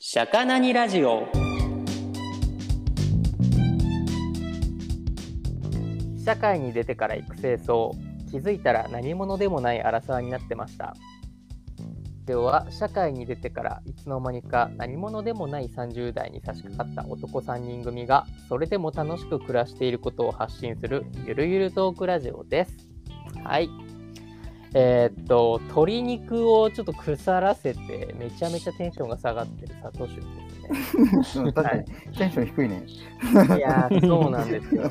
シャカナニラジオ社会に出てから育成層気づいたら何者でもないアラサーになってました今日は社会に出てからいつの間にか何者でもない30代に差し掛かった男3人組がそれでも楽しく暮らしていることを発信するゆるゆるトークラジオですはいえーっと鶏肉をちょっと腐らせてめちゃめちゃテンションが下がってる佐藤俊ですねうん確かにテンション低いね。いや ーそうなんですよ。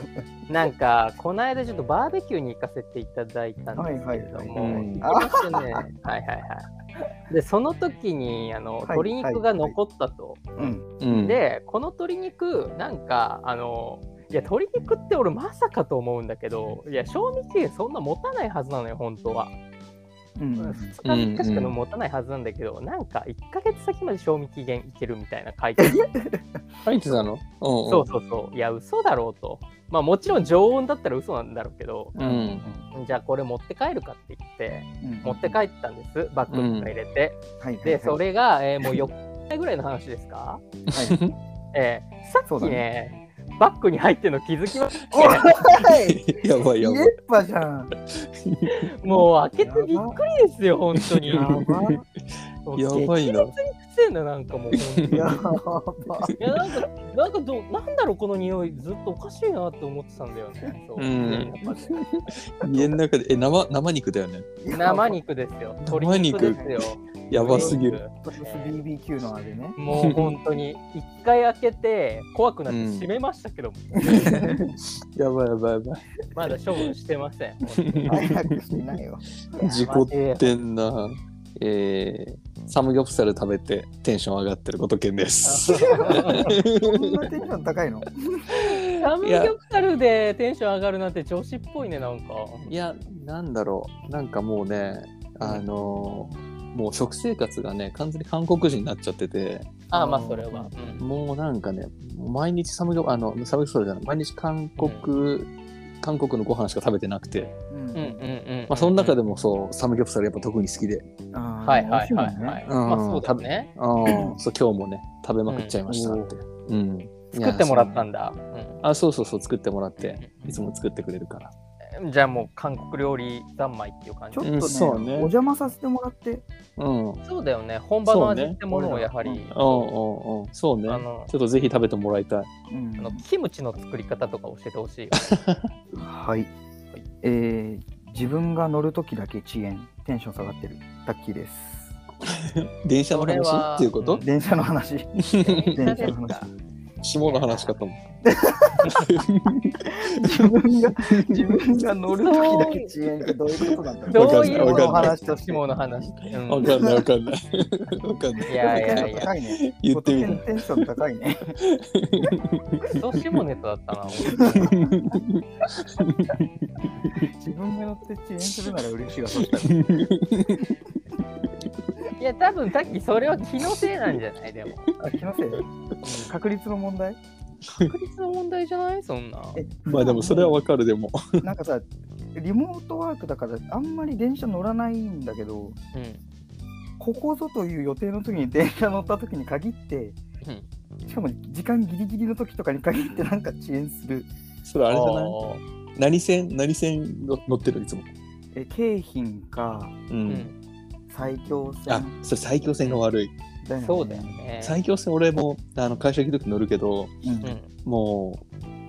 なんか、この間ちょっとバーベキューに行かせていただいたんですけれどはいはいも、行きまは いしてね、はいはいはい。で、その時にあのはい鶏肉が残ったと。うん。うん、で、この鶏肉、なんか、あの、いや鶏肉って俺まさかと思うんだけどいや賞味期限そんな持たないはずなのよ本当はうん。 2日3日しかの持たないはずなんだけど、なんか1ヶ月先まで賞味期限いけるみたいな書いてあって書いてたのうんうんそうそうそう。いや、嘘だろうと。まあもちろん常温だったら嘘なんだろうけど、うんじゃあこれ持って帰るかって言って、うん持って帰ったんです。バッグに入れて。はいはいで、それが、えーもう4日ぐらいの話ですかはい。えーさっそうきだねねバッグに入ってるの気づきましおた。い やばいや熱ば波い。じゃん。もう開けてびっくりですよ、本当に。やば。もうやばいな。激せんだ、なんかもう本当に。やば。いやなんか、なんかどう、なんだろう、この匂い、ずっとおかしいなって思ってたんだよね。そううんやっぱね家の中で、え、生生肉だよね。生肉ですよ。生鶏肉肉ですよ。やばすぎる。る。トリス BBQ のあれ ね。もう本当に一回開けて怖くなって閉めました けども、やばいやばいやばい。まだ処分してま せん。早くしないよ。事故ってんな。えー、サムギョプサル食べてテンション上がってることけんです。こんなテンション高いの。サムギョプサルでテンション上がるなんて女子っぽいねなんか。 いや、なんだろう。なんかもうね、あのーもう食生活がね、完全に韓国人になっちゃってて、ああまあそれは。もうなんかね、毎日サムギョ、あの、サムギョプサルじゃない、毎日韓国、韓国のご飯しか食べてなくて、ううんうんうん。うんまあ、その中でも。もそう、サムギョプサルやっぱ特に好きで、はいはいはいはい。うんまあそうだね。そう今日もね、食べまくっちゃいましたって。うんいや作ってもらったんだ。あ、そうそうそう、作ってもらって、うんいつも作ってくれるから。うんじゃあもう韓国料理三昧っていう感ちょじっ。うんそうとねね、お邪魔させてもらって。うん。うんうんそうだよね。本場の味そうねってものをやはり。うん。そうねあ。のちょっとぜひ食べてもらいたい。うんあのキムチの作り方とか教えてほしいよ。はい。えー自分が乗るときだけ遅延。テンション下がってる。タッキーです。電車のそれは話っていうこうとん電車の 話。電車の話。下の話かと思自分が自分が乗るときだけ遅延ってどういうことなんだろう。どわうかんいなうわものかんないの話としてもの話。うんう。わかんないわかんない。わかんない。いやいやいや、高いね。言ってみた。テンション高いね。クソ下ネタだったな。も自分が乗って遅延するなら嬉しいわ。そしたらういや、多分さっきそれは気のせいなんじゃないでも。あ気のせい。確率の問題。確率の問題じゃないそんな。えまあでもそれはわかるでも。なんかさ、リモートワークだからあんまり電車乗らないんだけど、うん。ここぞという予定の時に電車乗った時に限って、しかも時間ギリギリの時とかに限ってなんか遅延する。それああれじゃない何線何線の乗ってるいつも。え京浜かう。ーうんん埼京あ線、それ最強線が悪い。だよね。そうだよね。最強線俺もあの会社行く時乗るけどうんうん。も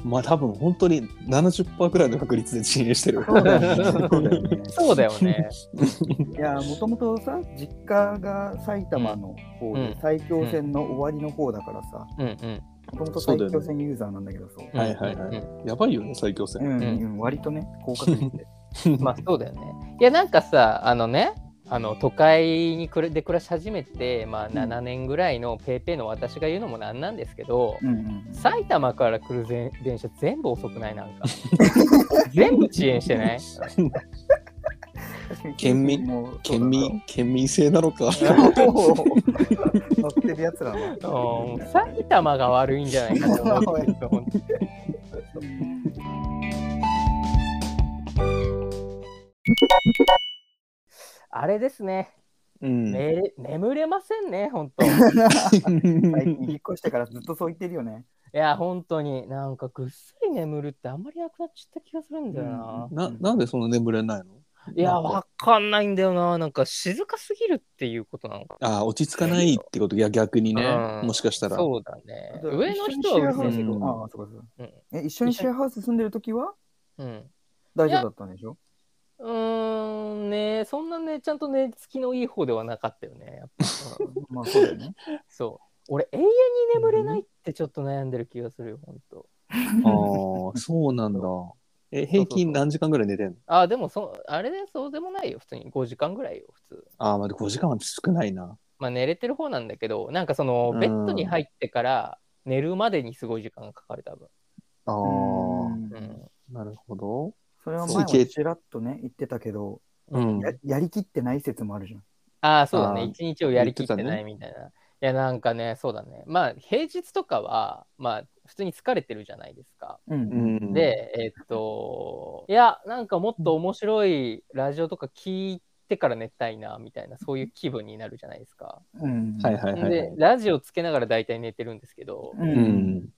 うまあ多分本当に70%くらいの確率で遅延してるそうだよねそうだよ ね。そうだよね。いやもともとさ実家が埼玉の方で、うん埼京線の終わりの方だからさうんうん。もともと埼京線ユーザーなんだけどそううんはいはいはいうんやばいよね最強う線ん、んうん、割とね高確率でまあそうだよね。いや、なんかさ、あのね、あの都会にくれで暮らし始めて、まあ、ん7年ぐらいのペーペーの私が言うのもなんなんですけど、うんうん埼玉から来るぜん電車全部遅くない なんか全部遅延してない確かに県民もう県民県民性なのか そうだな乗ってるやつらはうんもう埼玉が悪いんじゃないかと 思うんですよ本当にあれですねうん。寝れ眠れませんね、本当。い 最近引っ越してからずっとそう言ってるよね。や、本当に、なんかぐっすり眠るってあんまりなくなっちゃった気がするんだよな。な、なんでそんな眠れないのいや、なんかわかんないんだよな。なんか静かすぎるっていうことなのかああ、落ち着かないってこと、いや、逆にねう、んもしかしたら。そうだね。上の人は一緒にシェアハウス別うに、んああ、そうかそううかん。え、一緒にシェアハウス住んでるときはうん。大丈夫だったんでしょうーん、ね、そんなね、ちゃんとね、月のいい方ではなかったよね。やっぱ まあそうだよ ね。そう。俺、永遠に眠れないってちょっと悩んでる気がするよ、本当。ああ、そうなんだ。え、平均何時間ぐらい寝てんのああ、でもそ、あれでそうでもないよ、普通に。5時間ぐらいよ、普通。ああ、まあ5時間は少ないな。まあ、寝れてる方なんだけど、なんかそのう、んベッドに入ってから寝るまでにすごい時間がかかる、多分。ああ、うんうん。なるほど。それは前もちらっとね、言ってたけど、うん。ややりきってない説もあるじゃん。ああ、そうだあね。ー一日をやりきって言っなていみたいな。いや、なんかね、そうだね。まあ、平日とかは、まあ、普通に疲れてるじゃないですか。うんうん、で、えーっと、いや、なんかもっと面白いラジオとか聞いてから寝たいな、みたいな、そういう気分になるじゃないですか。うん。はいはいはいはでい、。ラジオつけながら大体寝てるんですけど、う。うんん。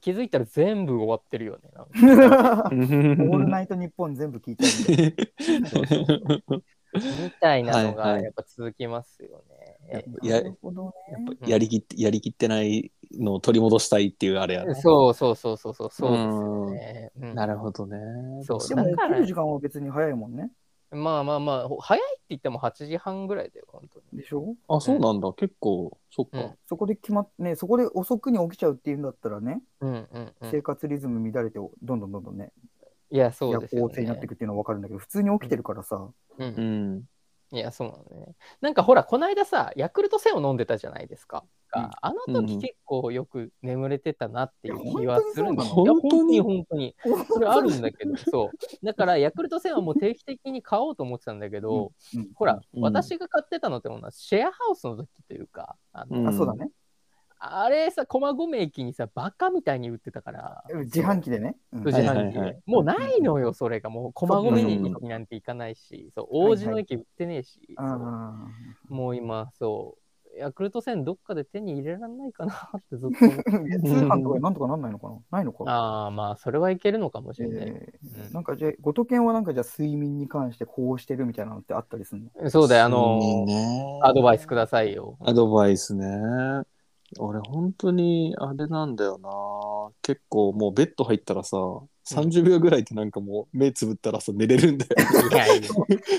気づいたら全部終わってるよね。なんかオールはナイトニッポン全部聞いてる。みたいなのはいがはいやっぱ続きますよね。えいやなるほどね。うんやりきって、やりきってないのを取り戻したいっていうあれやね。そうそうそうそうそうそうですよね。うんなるほどね。そうでもだから起きる時間は別に早いもんね。まあまあまあ、ほ早いって言っても8時半ぐらいだよ、本当に。でしょあ、そうなんだ。結構、そっか。うんそこで決まっね、そこで遅くに起きちゃうっていうんだったらね、うんうんうん。生活リズム乱れて、どんどんどんどんね、いや、そう夜ですよ行性になねってい。くっていうのは分かるんだけど、普通に起きてるからさ、うんうん。いや、そうなのね。なんかほら、この間さ、ヤクルト1000を飲んでたじゃないですか。うんあの時結構よく眠れてたなっていう気はするんだいや本本当当にに本当に。それあるんだけ ど、そう。だから、ヤクルト1000はもう定期的に買おうと思ってたんだけど、うんほら、うん私が買ってたのってものはシェアハウスの時というか、あのうんあ、そうだね。あれさ、駒込駅にさ、バカみたいに売ってたから。自販機でね。うんそう自販機はいはいはでいもうないのよ、それが。もう、駒込駅なんて行かないし、そう、王子の駅売ってねえし。あそうあ もう今、そう、ヤクルト1000どっかで手に入れられないかなってずっと思って。いや通販とかなんとかなんないのかなないの か。ああ、まあ、それはいけるのかもしれない。えうーんなんかじゃあ、ごとけんはなんかじゃあ睡眠に関してこうしてるみたいなのってあったりする のそうだよ、あのいいねアドバイスくださいよ。アドバイスね。俺、本当に、あれなんだよな。結構、もうベッド入ったらさ、30秒ぐらいってなんかもう、目つぶったらさ、寝れるんだよ。 いやいや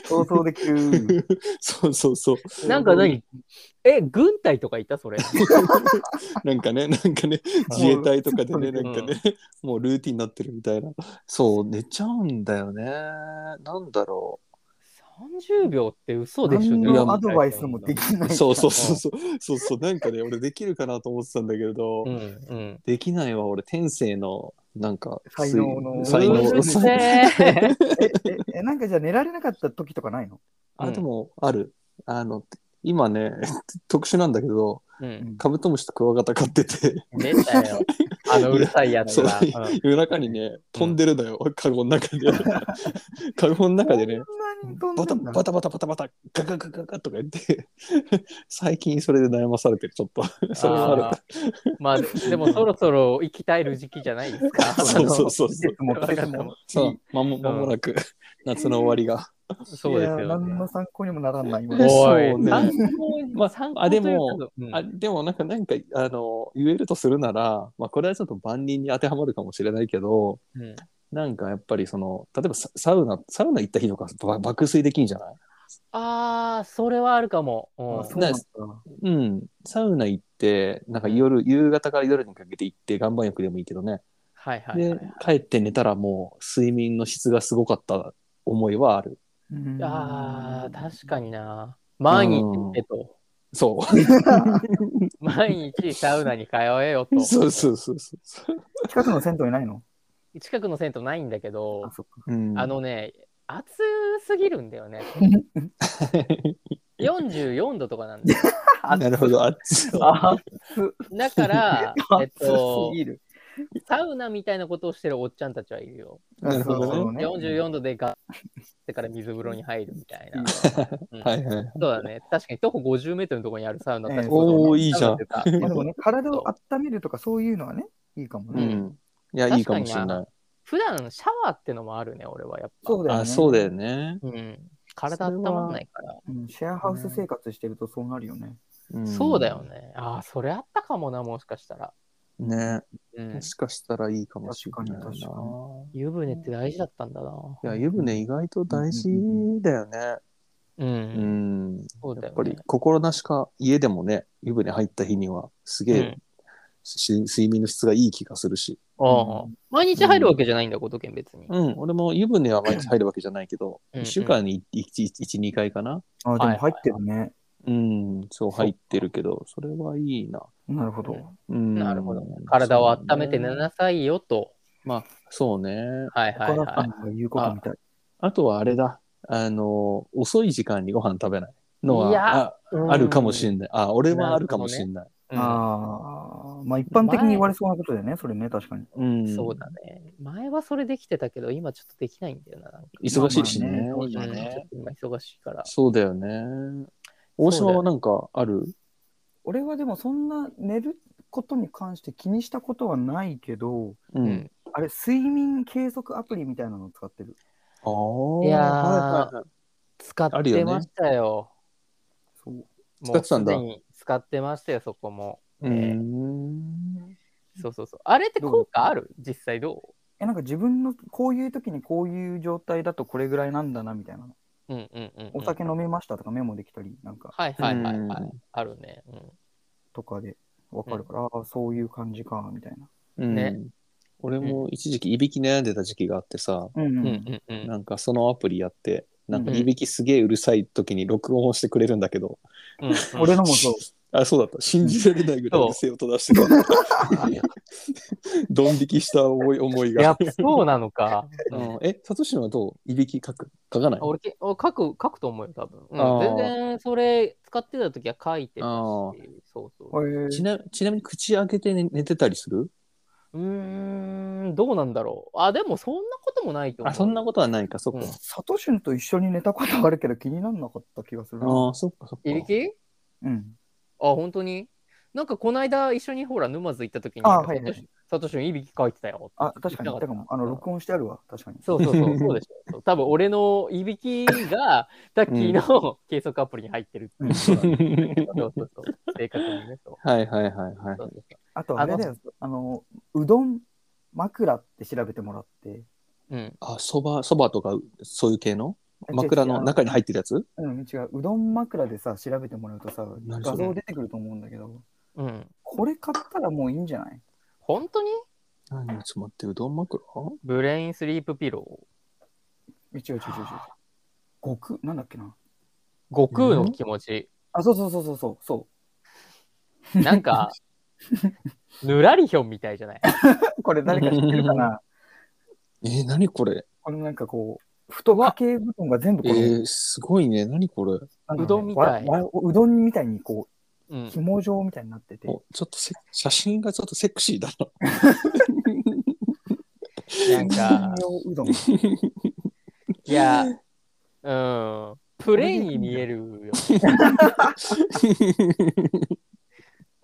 想像できる。そうそうそう。なんか何え、軍隊とかいたそれ。 なんかね、なんかね、もう自衛隊とかでね、ちょなっとんねかね、もうルーティンになってるみたいな。そう、寝ちゃうんだよね。なんだろ30秒って嘘でしょ、何自分ののアドバイスもできなう。い。そうそうそうそう。そうそう、なんかね、俺できるかなと思ってたんだけれど、うんうん。できないわ、俺、天性の、なんか、才能の才能うるそうせ ええ ええなんかじゃあ寝られなかった時とかないのあ、でも、ある。あの、今ね、 特殊なんだけど、うん。カブトムシとクワガタ飼ってて、出た よ。あのうるさいやつが。そう夜中にね、飛んでるのよ、カゴの中 で。カゴの中でね。そんなに飛んバでタんだバタバタバタバタガガガガガとか言って 最近それで悩まされてるちょっとそれはあるーまあ、でもそろそろ生き絶える時期じゃないですか。 そうそうそうそう季節も季節もそうまも間もなく夏の終わりがそうですよ、ね。いや何の参考にもならんな、今。おおい、そうね参考にまあ参あ考といでうかもうんあでもなんかなんかあの言えるとするなら、まあ、これはちょっと万人に当てはまるかもしれないけどうんなんかやっぱりその例えばササウナサウナ行った日とかば爆睡できんじゃないあー、それはあるかも。うんあそうなんだうんサウナ行ってなんか夜夕方から夜にかけて行って岩盤浴でもいいけどねはいはいはい、で、帰って寝たらもう睡眠の質がすごかった思いはある。うんああ、確かにな。毎日行ってと。 そ毎日サウナに通えよう。と。そうそうそうそう。近くの銭湯いないの近くの銭湯ないんだけどあ、、そっか。うんあ、 のね、暑すぎるんだよね。44度とかなんだよ。なるほど。あっち。あ だから、えっ暑とす、ぎる。サウナみたいなことをしてるおっちゃんたちはいるよ。なるほどねそうね44度でガッてから水風呂に入るみたいな。うん はいはいはい。そうだね。確かに徒歩50メートルのところにあるサウナ、ええ確かにそうだねおーいいじゃんサウナっていうかまあでもね、体を温めるとかそういうのはね、いいかもうね。ん。い確や、かにないいかもしれない。普段シャワーってのもあるね、俺はやっぱ。そうだよね。あ、そうだよね。うん。体温まんないから。うんシェアハウス生活してるとそうなるよね。んそうだよ。ね。ああ、それあったかもな、もしかしたら。ね。うんも。しかしたらいいかもしれないな。確かに確か湯船って大事だったんだな。いや、湯船意外と大事だよね。う。うんん。そうだやよっぱねり。心なしか家でもね、湯船入った日にはすげうんえ、し睡眠の質がいい気がするし。ああう毎日入るわけじゃないんだ、ごとけん別に。うん、俺も湯船は毎日入るわけじゃないけど、うん1週間に1、2回かな。あ、でも入ってるね。うん、そう入ってるけど、それはいいな。なるほど。うん、なるほど。体を温めて寝ね。なさいよと。まあ、そうね。はいはい心はからい。が言うことみたい。あとはあれだ。あの、遅い時間にご飯食べないのいやは、ああるかもしない。んない。あ、俺はあるかもしんない。うんああ、まあ一般的に言われそうなことだよね、それね、確かに。うん。そうだね。前はそれできてたけど、今ちょっとできないんだよな。なんか忙しいしね。まあまあね今うんちょねっと今忙しいから。そうだよね。大島はなんかある俺はでもそんな寝ることに関して気にしたことはないけど、う。うんあれ、睡眠計測アプリみたいなの使ってる。ああ。いやーはいはいはい使っあるよてねましたよ。そう。も使うってたんだすでに使ってましたよ、そこも。うーん。そうそうそう。あれって効果ある実際どえ、なんか自分のこういう時にこういう状態だとこれぐらいなんだなみたいなの。ううんうんうんうん。お酒飲めましたとかメモできたり、なんか、はいはいはいはうい。あるね。うんとかでわかるから、ああ、そういう感じか、みたいな。うんね俺も一時期いびき悩んでた時期があってさ、うんう。うんんううんうん。なんかそのアプリやって、なんかうんいびきすげえうるさい時に録音をしてくれるんだけど、うんうん俺のもそう。あ、そうだった。信じられないぐらそいううるせえ音出して た。ドン引きした思い思いやがっ。ぱそうなの か。うんえ、サトシのはどういびき書く書かない俺け俺書く書くと思うよ、多分。うんあー全然それ使ってた時は書いてたしあー、そうそう。えちなちなみに口開けて寝寝てたりするうーん、どうなんだろう。あ、でもそんなこともないと思う。あ、そんなことはないか、そっか。うんサトシュンと一緒に寝たことあるけど気にならなかった気がするな。ああ、そっかそっか。いびきうん。あ、本当になんかこの間一緒にほら、沼津行った時に、あはいはサトいシサトシのいびき書いてたよ。あ、確かに。言だっかてならかもっうたあの、録音してあるわ。確かに。そうそうそう、そうでしょ。そう多分俺のいびきがタッキーの計測アプリに入ってるっていうことなんだよね。そうそうそう。正確にね。そうはいはいはいはいそ。うそうそあとあれだよ。あの、うどん枕って調べてもらって。う。うん。あ、そば、そばとか、そういう系の枕の中に入ってるやつうん、違う。うどん枕でさ、調べてもらうとさ、何そ画れ像出てくると思うんだけど、うん。これ買ったらもういいんじゃない本当に何ちょっと待って、うどん枕ブレインスリープピロ違う違う違う違う。極、なんだっけな。ー。悟空の気持ち。あ、そうそうそうそうそう。そなん か、ぬらりひょんみたいじゃないうこれ誰か知ってるかなえー、何これ このなんかこう、太掛け布団が全部えこの、ー、すごいね。何これなんかねうどんみたいわわうどんみたいにこうう、ん。紐状みたいになってて。おちょっとせ写真がちょっとセクシーだな。なんか、う どん。いや、うん。プレイに見える よ。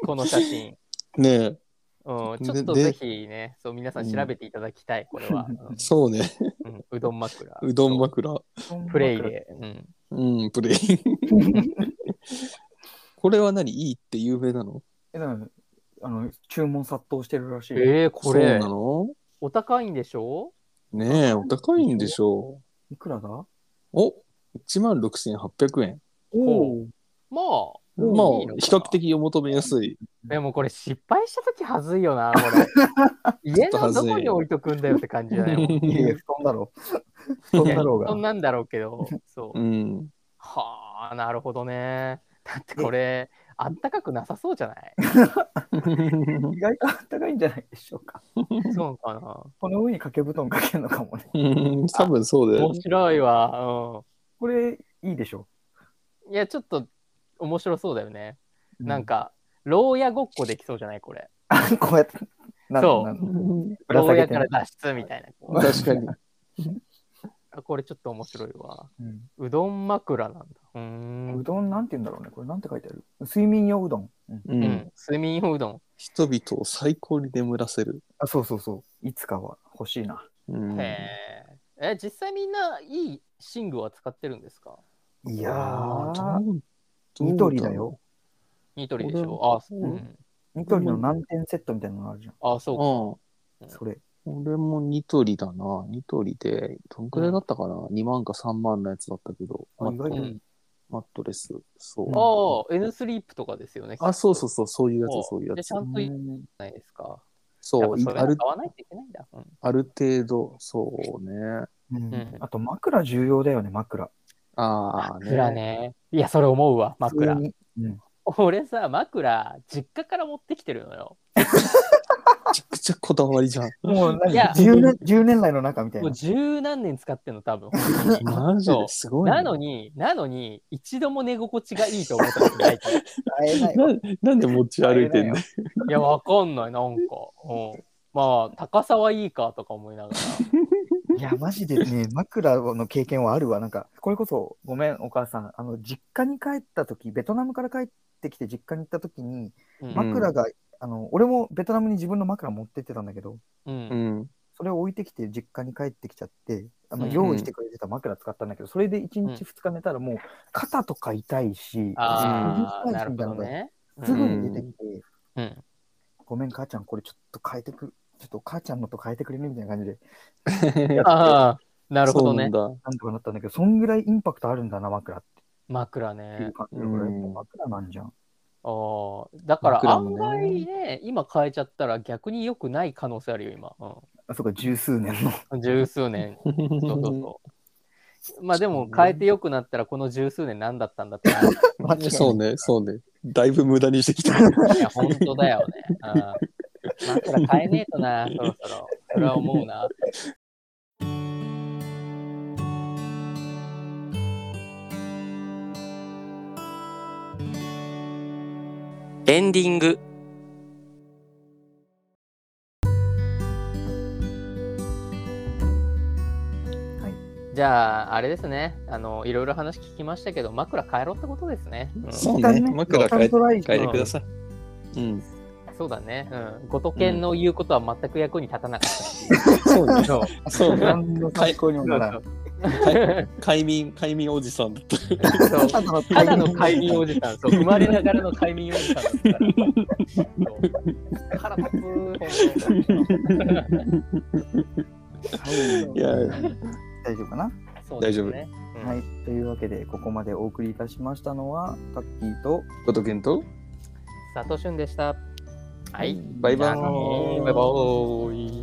この写真。 ねうん、ちでょっとぜひね、そう皆さん調べていただきたい、これ は。え、そうね。うんうんうどん枕。うどんそう枕。プレイで。うんうん、プレイ。 これは何いいって有名なのえ。だからあの、注文殺到してるらしいよ。えー、これそ、うお高いんでしょなのねえ、お高いんでしょいくらだおう。お1万6800円。おお。まあ、まあいいのかな、比較的お求めやすい。でもこれ失敗したときはずいよな、こ れ。家のどこに置いとくんだよって感じじゃない もん。いやいや、布団だろう。布団だろそんうが。なんだろうけど、そうう。 ん。はあ、なるほどね。だってこれ、あったかくなさそうじゃ ない意外とあったかいんじゃないでしょうか。そうかな。この上に掛け布団かけるのかもね。うん多分そうだよ面。白いわ。これ、いいでしょうん。いや、ちょっと面白そうだよね。う。なんか、牢屋ごっこできそうじゃないこれ。あ。こうやって、なんそうなんぶら下げ牢てかならい脱出みたいなこう確かに。あ。これちょっと面白いわ。うんうどん枕なんだ。うー。うんどんなんて言うんだろうね。これなんて書いてある睡眠用うどん。うんう。うんん。睡眠用うどん。人々を最高に眠らせる。あ、そうそうそう。いつかは欲しいな。うん、へーえ、実際みんないい寝具は使ってるんですかいやー、あー、どうニトリだよ。。ニトリでし俺ょあ、そううんん。ニトリの何点セットみたいなのあるじゃん。あ、そうどうか。だそれ。うん。俺もニトリだな。ニトリで、どんくらいだったかな、?2 万か3万のやつだったけど、あマ意外ットとうんマットレス。そう。ああ、N スリープとかですよね。あ、そうう。そうそう、そういうやそうつ、そういうやでつちゃ。んといいじうんゃないですか。やっそう、ぱいそれあはる買わないといけないんだ。うんある程度、そうね。んあと枕重要だよね、枕。ああ、ね。枕ね。いや、それ思うわ、枕普通。にうん俺さ、枕、実家から持ってきてるのよ。めちゃくちゃこだわりじゃん。もう何いや ?10 年、10年来の中みたいもなう。十何年使ってんの、多分。 マジそうですごいね、なのに、なのに、一度も寝心地がいいと思ったことない。い会えないわななんで持ち歩いてんのや、わかんない、なんか。うん、まあ、高さはいいかとか思いながら。いや、マジで ね、枕の経験はあるわ。なんか、これこそ、ごめん、お母さん。あの、実家に帰った時、ベトナムから帰ってきて実家に行った時に、うん枕が、あの、俺もベトナムに自分の枕持ってってたんだけど、うんうん。それを置いてきて実家に帰ってきちゃって、あの、うん用意してくれてた枕使ったんだけど、それで1日2日寝たらもう、肩とか痛いし、ああ、首痛ないしるみほどたいなのがね。すぐうんに出てきて、うんごめん、母ちゃん、これちょっと変えてく、ちょっと母ちゃんのと変えてくれるみたいな感じで、ああ、なるほどそうなねん。だ。なんとかなったんだけど、そんぐらいインパクトあるんだな、枕って。枕っていねう。感じで、これもう枕なんじゃん。ああ、だから枕案もね外ね、今変えちゃったら逆に良くない可能性あるよ、今。うんあ、そうか、十数年の。十数 年。そうそうそう。まあでも変えて良くなったらこの十数年何だったんだってなる。間違いない そうね、そうね。だいぶ無駄にして きた。いや、本当だよね。うん枕変えねえとな、そろそろ。それは思うな。エンディングはいじゃああれですねあのいろいろ話聞きましたけど枕変えろってことですね、うんそう一旦 ね。ね枕変えトライ変えてください。うん。そうだねうんごとけんの言うことは全く役に立たなかったし、 そうね。そうそうね。何の参考にもならん快眠、快眠おじさんだった。そうただのただの快眠おじさん、そう生まれながらの快眠おじさんだったから。そう腹立つ、本いや大丈夫かな、当。大丈夫そうですねうんはい。というわけで、ここまでお送りいたしましたのは、タッキーと、ごとけんと、佐藤俊でした。はい。バイバじゃあーねイ。バイバーイ。